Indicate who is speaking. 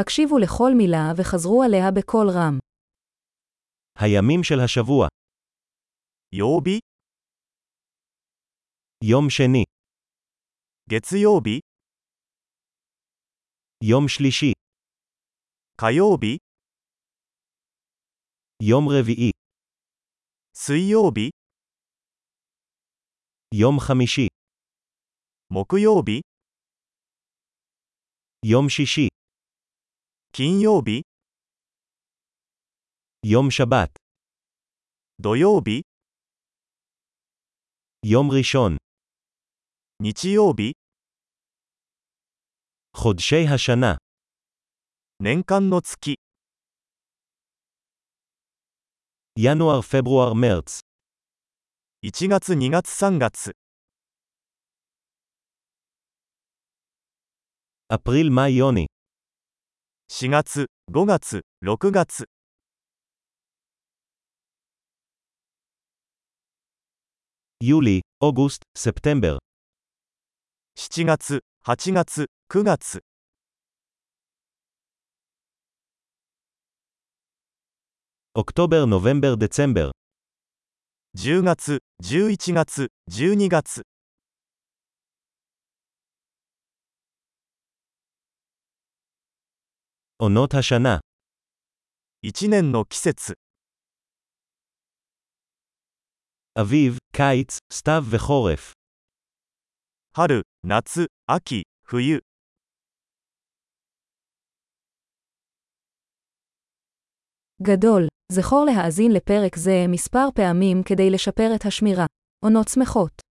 Speaker 1: הקשיבו לכל מילה וחזרו עליה בקול רם.
Speaker 2: הימים של השבוע,
Speaker 3: 曜日、
Speaker 2: יום שני,
Speaker 3: 月曜日、
Speaker 2: יום שלישי,
Speaker 3: 火曜日、
Speaker 2: יום רביעי,
Speaker 3: 水曜日、
Speaker 2: יום חמישי,
Speaker 3: 木曜日、
Speaker 2: יום שישי,
Speaker 3: 金曜日、
Speaker 2: יום שבת,
Speaker 3: 土曜日、
Speaker 2: יום ראשון,
Speaker 3: 日曜日、
Speaker 2: חודשי השנה,
Speaker 3: 年間の月、
Speaker 2: ינואר, פברואר, מרץ,
Speaker 3: 1月2月3月、
Speaker 2: אפריל, מאי, יוני,
Speaker 3: 4月、5月、6月、
Speaker 2: יולי, אוגוסט, ספטמבר,
Speaker 3: 7月、8月、9月、
Speaker 2: אוקטובר, נובמבר, דצמבר,
Speaker 3: 10月、11月、12月、
Speaker 2: עונות השנה,
Speaker 3: 1年の季節、
Speaker 2: אביב, קיץ, סתיו וחורף,
Speaker 3: 春、夏、秋、冬、
Speaker 1: גדול, זכור להאזין לפרק זה מספר פעמים כדי לשפר את השמירה. עונות שמחות